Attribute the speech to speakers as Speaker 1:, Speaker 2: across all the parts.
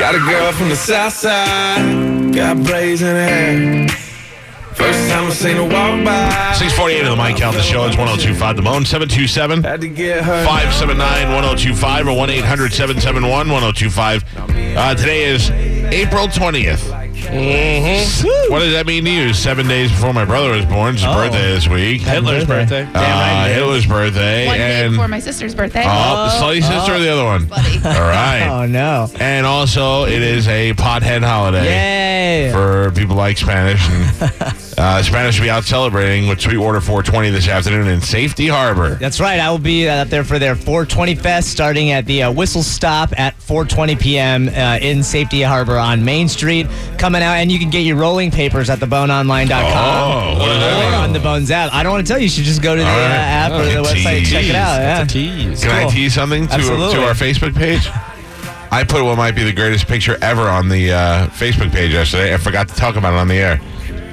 Speaker 1: from the south side. Got blazing hair. First time I seen her walk by.
Speaker 2: 648 of the Mike Cal. The show is 1025 The Bone, 727
Speaker 1: Had to get her.
Speaker 2: 579 1025 or 1 800 771 1025. Uh, Today is April 20th.
Speaker 3: Mm-hmm.
Speaker 2: What does that mean to you? Seven days before my brother was born. It's his
Speaker 3: Oh.
Speaker 2: birthday this week.
Speaker 3: Hitler's birthday.
Speaker 2: Uh, Hitler's birthday.
Speaker 4: One day
Speaker 2: and
Speaker 4: before my sister's birthday.
Speaker 2: oh, the slutty sister or the other one?
Speaker 4: Buddy.
Speaker 2: All right.
Speaker 3: Oh no!
Speaker 2: And also, it is a pothead holiday.
Speaker 3: Yay!
Speaker 2: for people like Spanish. And, uh, Spanish will be out celebrating with Sweetwater 420 this afternoon in Safety Harbor.
Speaker 3: That's right. I will be uh, out there for their 420 Fest, starting at the uh, Whistle Stop at 4:20 p.m. Uh, in Safety Harbor on Main Street. Coming out, and you can get your rolling papers at theboneonline.com.
Speaker 2: Oh, what does that
Speaker 3: Or
Speaker 2: mean?
Speaker 3: on the Bones app. I don't want to tell you. You should just go to the
Speaker 2: All
Speaker 3: uh,
Speaker 2: right.
Speaker 3: app or the
Speaker 2: Oh,
Speaker 3: website and check
Speaker 2: geez.
Speaker 3: it out. Yeah.
Speaker 5: That's a tease.
Speaker 2: Can I
Speaker 3: cool.
Speaker 2: tease something to,
Speaker 3: Absolutely.
Speaker 2: to our Facebook page? I put what might be the greatest picture ever on the uh, Facebook page yesterday. I forgot to talk about it on the air.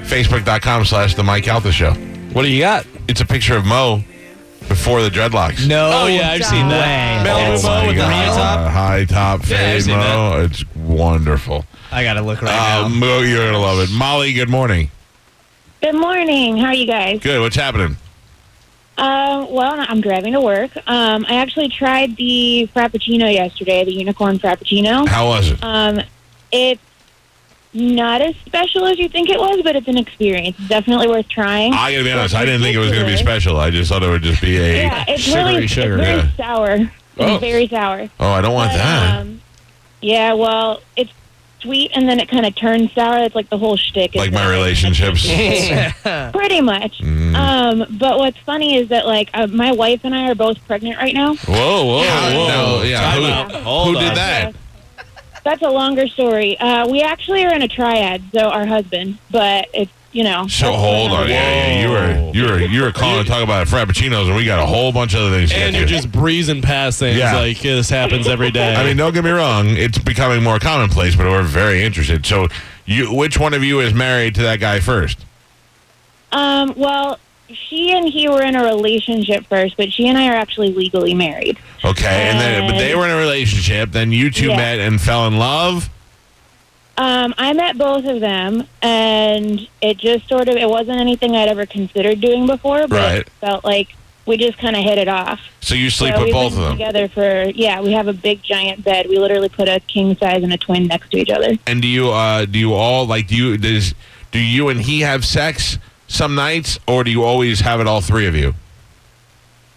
Speaker 2: Facebook.com slash The Mike Alta Show.
Speaker 5: What do you got?
Speaker 2: It's a picture of Mo before the dreadlocks.
Speaker 3: No.
Speaker 5: Oh, yeah, I've seen that.
Speaker 3: way.
Speaker 5: Mel
Speaker 2: Oh
Speaker 5: That's-
Speaker 3: That's-
Speaker 2: my
Speaker 5: Mo with the
Speaker 2: God.
Speaker 5: high top?
Speaker 2: High top fade,
Speaker 5: seen
Speaker 2: Mo. It's wonderful.
Speaker 3: I gotta look right
Speaker 2: Uh,
Speaker 5: Um,
Speaker 3: now.
Speaker 2: Mo, you're going to love it. Molly, good morning.
Speaker 6: Good morning. How are you guys?
Speaker 2: Good. What's happening?
Speaker 6: Um, well, I'm driving to work. Um, I actually tried the Frappuccino yesterday, the Unicorn Frappuccino.
Speaker 2: How was it?
Speaker 6: Um, it's not as special as you think it was, but it's an experience. It's definitely worth trying.
Speaker 2: I gotta be honest. I didn't think it was gonna be
Speaker 6: Sugary.
Speaker 2: special. I just thought it would just be a.
Speaker 6: yeah, it's
Speaker 5: sugary
Speaker 6: really
Speaker 5: sugar,
Speaker 6: it's very
Speaker 2: yeah.
Speaker 6: sour. It's
Speaker 2: Oh.
Speaker 6: very sour.
Speaker 2: Oh, I don't want
Speaker 6: But,
Speaker 2: that.
Speaker 6: Um, yeah, well, it's sweet and then it kind of turns sour. It's like the whole shtick. is
Speaker 2: like my
Speaker 6: sour.
Speaker 2: relationships.
Speaker 6: Pretty much.
Speaker 2: Mm.
Speaker 6: Um, but what's funny is that like uh, my wife and I are both pregnant right now.
Speaker 2: Whoa, whoa, whoa!
Speaker 5: no,
Speaker 2: yeah,
Speaker 5: Time
Speaker 2: who,
Speaker 5: out.
Speaker 2: who
Speaker 5: Hold
Speaker 2: did
Speaker 5: on.
Speaker 2: that?
Speaker 6: That's a longer story. Uh, we actually are in a triad, so our husband, but it's you know.
Speaker 2: So
Speaker 6: that's
Speaker 2: hold on.
Speaker 6: another-
Speaker 2: Yeah, yeah, you were you were you were calling to talk about frappuccinos, and we got a whole bunch of other things. to
Speaker 5: And
Speaker 2: get
Speaker 5: you're
Speaker 2: to.
Speaker 5: just breezing past things
Speaker 2: Yeah.
Speaker 5: like yeah, this happens every day.
Speaker 2: I mean, don't get me wrong. It's becoming more commonplace, but we're very interested. So, you, which one of you is married to that guy first?
Speaker 6: Um, well, she and he were in a relationship first, but she and I are actually legally married.
Speaker 2: Okay, and then but they were in a relationship. Then you two
Speaker 6: Yeah.
Speaker 2: met and fell in love.
Speaker 6: Um, I met both of them, and it just sort of it wasn't anything I'd ever considered doing before, but
Speaker 2: Right.
Speaker 6: it felt like we just kind of hit it off.
Speaker 2: So you sleep
Speaker 6: So
Speaker 2: with
Speaker 6: we've
Speaker 2: both of
Speaker 6: been
Speaker 2: them.
Speaker 6: together for yeah. We have a big giant bed. We literally put a king size and a twin next to each other.
Speaker 2: And do you uh do you all like do you does do you and he have sex some nights or do you always have it all three of you?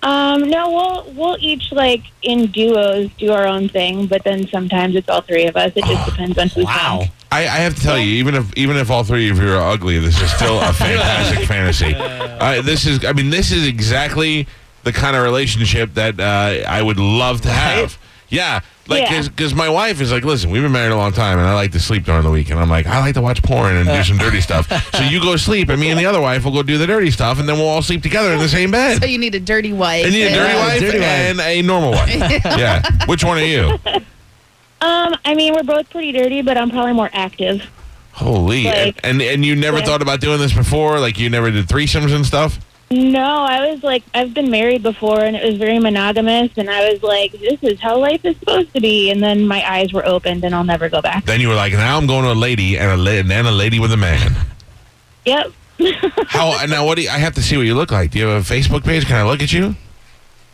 Speaker 6: Um, no, we'll we'll each like in duos do our own thing, but then sometimes it's all three of us. It just depends on who's
Speaker 5: wow.
Speaker 6: on.
Speaker 2: I, I have to tell you, even if even if all three of you are ugly, this is still a fantastic fantasy. Uh, this is, I mean, this is exactly the kind of relationship that uh, I would love to have. Yeah, like
Speaker 6: Yeah.
Speaker 2: because my wife is like, listen, we've been married a long time, and I like to sleep during the week, and I'm like, I like to watch porn and do some dirty stuff. So you go sleep, and me and the other wife will go do the dirty stuff, and then we'll all sleep together in the same bed.
Speaker 4: So Oh, you need a dirty wife.
Speaker 2: I need a
Speaker 4: and-
Speaker 2: dirty
Speaker 3: Yeah,
Speaker 2: wife
Speaker 3: dirty wife.
Speaker 2: and a normal wife. yeah. Which one are you?
Speaker 6: Um, I mean, we're both pretty dirty, but I'm probably more active.
Speaker 2: Holy. and,
Speaker 6: Like-
Speaker 2: and and you never
Speaker 6: Yeah.
Speaker 2: thought about doing this before? Like you never did threesomes and stuff?
Speaker 6: No, I was like, I've been married before, and it was very monogamous, and I was like, this is how life is supposed to be. And then my eyes were opened, and I'll never go back.
Speaker 2: Then you were like, now I'm going to a lady and a la- and then a lady with a man.
Speaker 6: Yep.
Speaker 2: How now? What do you, I have to see what you look like? Do you have a Facebook page? Can I look at you?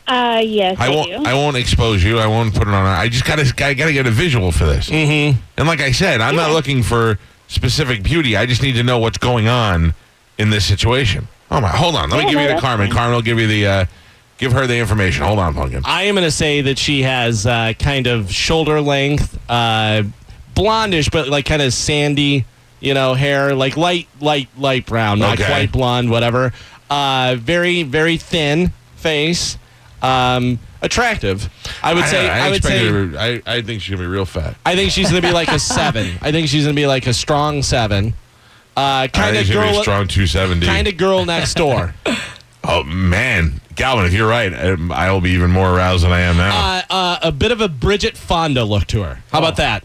Speaker 6: Uh, yes, I,
Speaker 2: I won't.
Speaker 6: do.
Speaker 2: I won't expose you. I won't put it on. I just gotta. I gotta get a visual for this.
Speaker 5: Mm-hmm.
Speaker 2: And like I said, I'm not looking for specific beauty. I just need to know what's going on in this situation. Oh my! Hold on. Let me
Speaker 6: Yeah,
Speaker 2: give
Speaker 6: no,
Speaker 2: you the
Speaker 6: that's
Speaker 2: Carmen.
Speaker 6: fine.
Speaker 2: Carmen will give you the. Uh, give her the information. Hold on, pumpkin.
Speaker 5: I am going to say that she has uh, kind of shoulder length, uh, blondish, but like kind of sandy, you know, hair, like light, light, light brown, not
Speaker 2: Okay.
Speaker 5: quite blonde, whatever. Uh, very, very thin face. Um, attractive. I would say. I, would
Speaker 2: expected
Speaker 5: say.
Speaker 2: her- I, I think she's gonna be real fat.
Speaker 5: I think she's going to be like a seven. I think she's going to be like a strong seven. Uh,
Speaker 2: I
Speaker 5: kind
Speaker 2: think
Speaker 5: of
Speaker 2: she's gonna be a
Speaker 5: girl.
Speaker 2: strong 270.
Speaker 5: Kind of girl next door.
Speaker 2: Oh man, Galvin, if you're right, um, I'll be even more aroused than I am now.
Speaker 5: uh, uh, a bit of a Bridget Fonda look to her.
Speaker 2: Oh.
Speaker 5: How about that?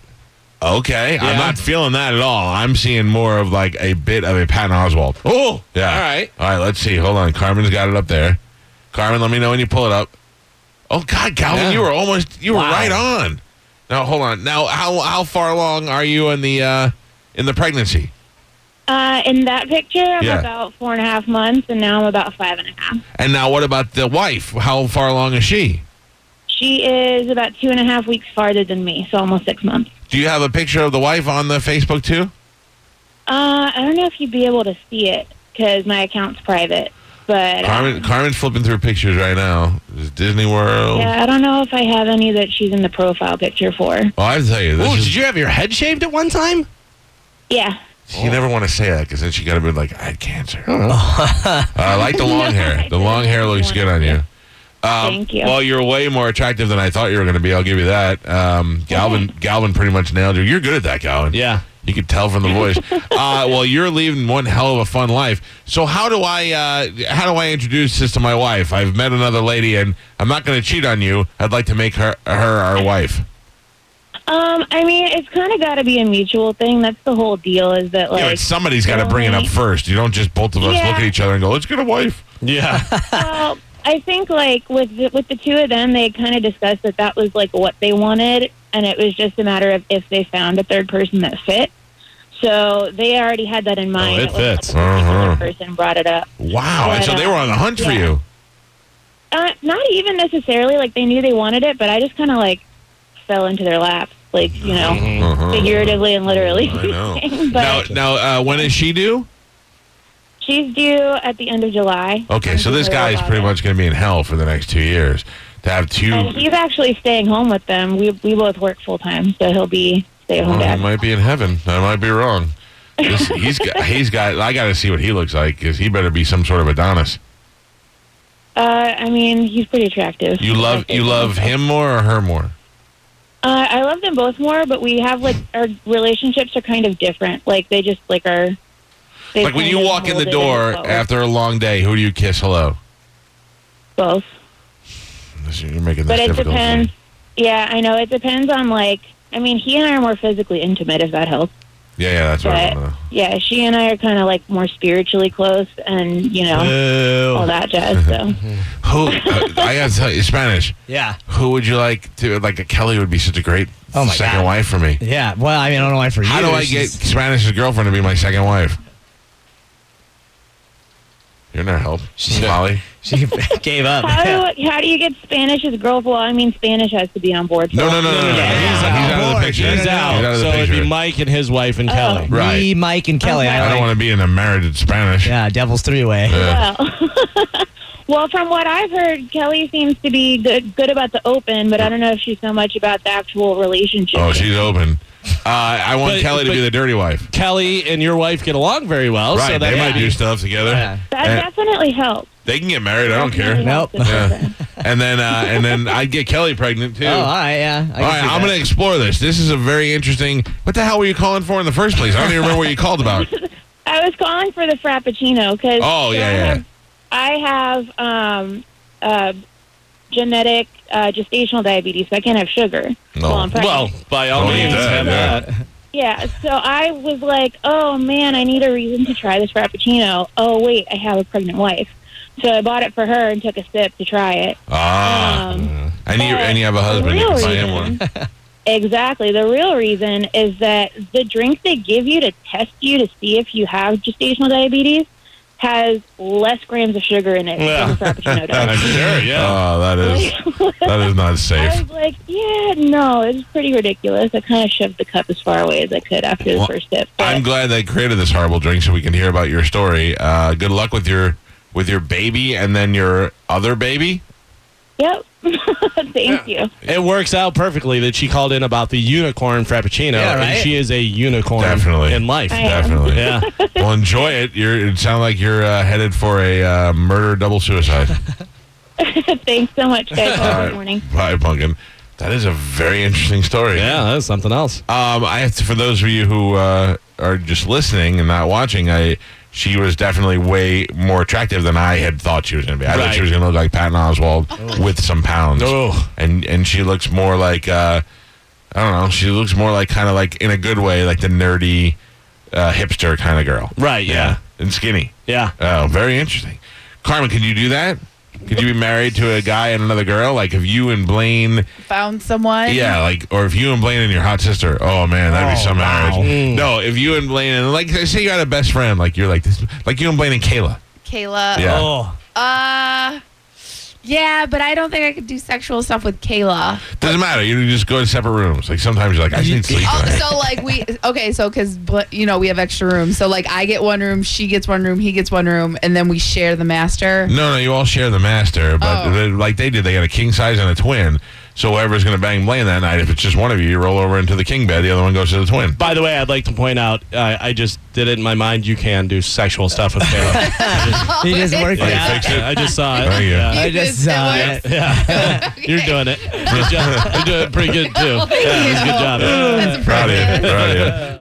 Speaker 2: okay, I'm
Speaker 5: yeah.
Speaker 2: not feeling that at all. I'm seeing more of like a bit of a Patton Oswald.
Speaker 5: Oh,
Speaker 2: Yeah.
Speaker 5: All right.
Speaker 2: All right. Let's see. Hold on. Carmen's got it up there. Carmen, let me know when you pull it up. Oh God, Galvin,
Speaker 5: Yeah.
Speaker 2: you were almost. You were
Speaker 5: Wow.
Speaker 2: right on. Now hold on. Now how how far along are you in the uh, in the pregnancy?
Speaker 6: Uh, in that picture, I'm
Speaker 2: Yeah.
Speaker 6: about four and a half months, and now I'm about five and a half.
Speaker 2: And now what about the wife? How far along is she?
Speaker 6: She is about two and a half weeks farther than me, so almost six months.
Speaker 2: Do you have a picture of the wife on the Facebook too?
Speaker 6: Uh, I don't know if you'd be able to see it because my account's private, but uh,
Speaker 2: Carmen Carmen's flipping through pictures right now. There's Disney World.
Speaker 6: yeah, I don't know if I have any that she's in the profile picture for.
Speaker 2: Well, Oh, I have to tell you, this
Speaker 5: Ooh,
Speaker 2: is,
Speaker 5: did you have your head shaved at one time?
Speaker 6: Yeah,
Speaker 2: you never want to say that because then she got to be like, I had cancer.
Speaker 5: Oh.
Speaker 2: Uh, I like the long hair. The long hair looks good on you. Um,
Speaker 6: Thank you.
Speaker 2: Well, you're way more attractive than I thought you were going to be. I'll give you that. Um, Galvin, Galvin pretty much nailed you. You're good at that, Galvin.
Speaker 5: Yeah.
Speaker 2: You could tell from the voice. uh, well, you're leaving one hell of a fun life. So how do I uh, how do I introduce this to my wife? I've met another lady, and I'm not going to cheat on you. I'd like to make her her our wife.
Speaker 6: um, I mean, it's kind of got to be a mutual thing. That's the whole deal. Is that
Speaker 2: yeah,
Speaker 6: like,
Speaker 2: but somebody's got to bring it up
Speaker 6: Really?
Speaker 2: first. You don't just both of us
Speaker 6: Yeah.
Speaker 2: look at each other and go, "Let's get a wife."
Speaker 5: Yeah.
Speaker 6: well, I think like with the, with the two of them, they kind of discussed that that was like what they wanted, and it was just a matter of if they found a third person that fit. So they already had that in mind.
Speaker 5: it
Speaker 6: wasn't like
Speaker 5: fits.
Speaker 6: a particular
Speaker 2: Oh, Uh-huh.
Speaker 6: person brought it up.
Speaker 2: Wow! and
Speaker 6: But,
Speaker 2: so they
Speaker 6: uh,
Speaker 2: were on the hunt for
Speaker 6: yeah.
Speaker 2: you.
Speaker 6: Uh, not even necessarily like they knew they wanted it, but I just kind of like fell into their laps, like you know,
Speaker 2: Uh-huh.
Speaker 6: figuratively and literally.
Speaker 2: I know.
Speaker 6: speaking.
Speaker 2: Now,
Speaker 6: but
Speaker 2: now, uh, when is she due?
Speaker 6: she's due at the end of July.
Speaker 2: Okay, so this guy's pretty much going to be in hell for the next two years to have two.
Speaker 6: And he's actually staying home with them. We we both work full time, so he'll be stay at home
Speaker 2: Well,
Speaker 6: dad.
Speaker 2: he might be in heaven. I might be wrong. This, he's got, he's got. I got to see what he looks like because he better be some sort of Adonis.
Speaker 6: Uh, I mean, he's pretty attractive.
Speaker 2: You love you love him more or her more?
Speaker 6: Uh, I love them both more, but we have like our relationships are kind of different. Like they just like are. they
Speaker 2: Like when
Speaker 6: kind
Speaker 2: you
Speaker 6: of
Speaker 2: walk in
Speaker 6: hold
Speaker 2: the
Speaker 6: it
Speaker 2: door
Speaker 6: both.
Speaker 2: after a long day, who do you kiss? Hello.
Speaker 6: both,
Speaker 2: This- You're making this
Speaker 6: but it
Speaker 2: difficult. for me.
Speaker 6: depends. Yeah, I know it depends on like. I mean, he and I are more physically intimate, if that helps.
Speaker 2: Yeah, yeah, that's what I
Speaker 6: But-
Speaker 2: want to know.
Speaker 6: Yeah, she and I are kind of like more spiritually close, and you know
Speaker 2: Oh,
Speaker 6: all that jazz. So
Speaker 2: Who uh, I got to tell you, Spanish.
Speaker 3: Yeah.
Speaker 2: Who would you like to like? A Kelly would be such a great
Speaker 3: Oh, my
Speaker 2: second
Speaker 3: God.
Speaker 2: wife for me.
Speaker 3: Yeah. Well, I mean, I don't know why for
Speaker 2: How do
Speaker 3: years
Speaker 2: I get
Speaker 3: she's-
Speaker 2: Spanish's girlfriend to be my second wife? You're not help,
Speaker 3: She's-
Speaker 2: Molly.
Speaker 3: She gave up.
Speaker 6: how do, how do you get Spanish's girl? Well, I mean, Spanish has to be on board.
Speaker 2: No,
Speaker 6: for
Speaker 2: no, no,
Speaker 6: that.
Speaker 2: no, no. no.
Speaker 3: Yeah,
Speaker 2: he's,
Speaker 3: he's out.
Speaker 2: out. he's out of the
Speaker 3: Bored.
Speaker 2: picture.
Speaker 5: He's out.
Speaker 2: of
Speaker 5: so
Speaker 2: the
Speaker 5: it'd
Speaker 2: picture. Oh.
Speaker 5: be Mike and his wife and Kelly.
Speaker 2: Right.
Speaker 3: Me, Mike, and Kelly.
Speaker 6: Okay.
Speaker 3: I,
Speaker 2: I
Speaker 3: like,
Speaker 2: don't want to be in a married in Spanish.
Speaker 3: Yeah, Devil's Three Way.
Speaker 2: Yeah.
Speaker 6: Well, well, from what I've heard, Kelly seems to be good good about the open, but I don't know if she's so much about the actual relationship.
Speaker 2: Oh, she's open. Uh, I want
Speaker 5: But-
Speaker 2: Kelly to
Speaker 5: but-
Speaker 2: be the dirty wife.
Speaker 5: Kelly and your wife get along very well.
Speaker 2: Right.
Speaker 5: So that
Speaker 2: they might
Speaker 5: might be-
Speaker 2: do stuff together.
Speaker 3: Yeah.
Speaker 6: that
Speaker 2: Eh.
Speaker 6: definitely helps.
Speaker 2: They can get married. I don't care.
Speaker 3: No. Nope.
Speaker 2: Yeah. And then uh, and then I'd get Kelly pregnant too.
Speaker 3: Oh, all right. Yeah. I can
Speaker 2: All right,
Speaker 3: see
Speaker 2: I'm
Speaker 3: that.
Speaker 2: going to explore this. This is a very interesting. What the hell were you calling for in the first place? I don't even remember what you called about.
Speaker 6: I was calling for the frappuccino because
Speaker 2: Oh, yeah,
Speaker 6: I
Speaker 2: yeah.
Speaker 6: have, I have um, uh, genetic uh, gestational diabetes, so I can't have sugar.
Speaker 2: No.
Speaker 6: while I'm pregnant.
Speaker 5: Well, by all
Speaker 2: Don't eat
Speaker 5: means,
Speaker 2: that,
Speaker 5: have
Speaker 2: yeah.
Speaker 5: that.
Speaker 6: Yeah, so I was like, oh man, I need a reason to try this frappuccino. Oh wait, I have a pregnant wife. So I bought it for her and took a sip to try it.
Speaker 2: Ah,
Speaker 6: Um,
Speaker 2: and you
Speaker 6: but
Speaker 2: and you have a husband. You can
Speaker 6: real
Speaker 2: buy him
Speaker 6: reason-
Speaker 2: one.
Speaker 6: Exactly. The real reason is that the drink they give you to test you to see if you have gestational diabetes has less grams of sugar in it
Speaker 5: Yeah.
Speaker 6: than the frappuccino
Speaker 5: I'm
Speaker 6: does.
Speaker 5: sure, yeah.
Speaker 2: Oh, that is that is not safe.
Speaker 6: I was like, yeah, no, it's pretty ridiculous. I kind of shoved the cup as far away as I could after the
Speaker 2: Well,
Speaker 6: first sip. but-
Speaker 2: I'm glad they created this horrible drink so we can hear about your story. Uh, good luck with your with your baby and then your other baby.
Speaker 6: yep. Thank you.
Speaker 5: it works out perfectly that she called in about the unicorn frappuccino,
Speaker 3: Yeah,
Speaker 5: and
Speaker 3: right?
Speaker 5: she is a unicorn
Speaker 2: Definitely.
Speaker 5: in life.
Speaker 6: I am.
Speaker 2: Definitely.
Speaker 5: Yeah.
Speaker 2: Well, enjoy it. You're. It sounds like you're uh, headed for a uh, murder double suicide.
Speaker 6: Thanks so much, guys. Have a
Speaker 2: All
Speaker 6: good
Speaker 2: right.
Speaker 6: morning.
Speaker 2: Bye, pumpkin. That is a very interesting story.
Speaker 5: Yeah, that's something else.
Speaker 2: Um, I have to, for those of you who uh, are just listening and not watching, I she was definitely way more attractive than I had thought she was going to be. I thought
Speaker 5: Right.
Speaker 2: she was going to look like Patton Oswald with some pounds,
Speaker 5: Oh.
Speaker 2: and and she looks more like uh, I don't know. She looks more like kind of like in a good way, like the nerdy uh, hipster kind of girl,
Speaker 5: Right, yeah.
Speaker 2: and skinny.
Speaker 5: Yeah.
Speaker 2: Oh, very interesting. Carmen, can you do that? Could you be married to a guy and another girl? Like if you and Blaine,
Speaker 4: Found someone.
Speaker 2: yeah, like or if you and Blaine and your hot sister. Oh man, that'd be
Speaker 3: Oh,
Speaker 2: some
Speaker 3: wow.
Speaker 2: marriage.
Speaker 4: Mm.
Speaker 2: No, if you and Blaine and like say you got a best friend, like you're like this, like you and Blaine and Kayla.
Speaker 4: Kayla.
Speaker 2: Yeah.
Speaker 3: Oh,
Speaker 4: Uh, yeah, but I don't think I could do sexual stuff with Kayla.
Speaker 2: Doesn't matter. You just go to separate rooms. Like sometimes you're like, I just need sleep.
Speaker 4: Oh,
Speaker 2: tonight.
Speaker 4: so like we okay, so because you know we have extra rooms, so like I get one room, she gets one room, he gets one room, and then we share the master.
Speaker 2: No, no, you all share the master, but
Speaker 4: Oh.
Speaker 2: they- like they did, they got a king size and a twin. So whoever's going to bang Blaine that night, if it's just one of you, you roll over into the king bed. The other one goes to the twin.
Speaker 5: By the way, I'd like to point out, uh, I just did it in my mind. You can do sexual stuff with Kayla.
Speaker 3: he just worked
Speaker 2: Like,
Speaker 3: it out.
Speaker 2: fix it.
Speaker 5: I just saw it.
Speaker 2: Thank you.
Speaker 5: Yeah.
Speaker 3: I just saw it.
Speaker 5: Yeah. You're doing it. Good job. You're doing pretty good, too.
Speaker 4: Well, thank
Speaker 5: yeah, it was a
Speaker 4: you.
Speaker 5: Good job.
Speaker 4: That's
Speaker 2: Proud of you.
Speaker 4: impressive.
Speaker 2: Proud of you.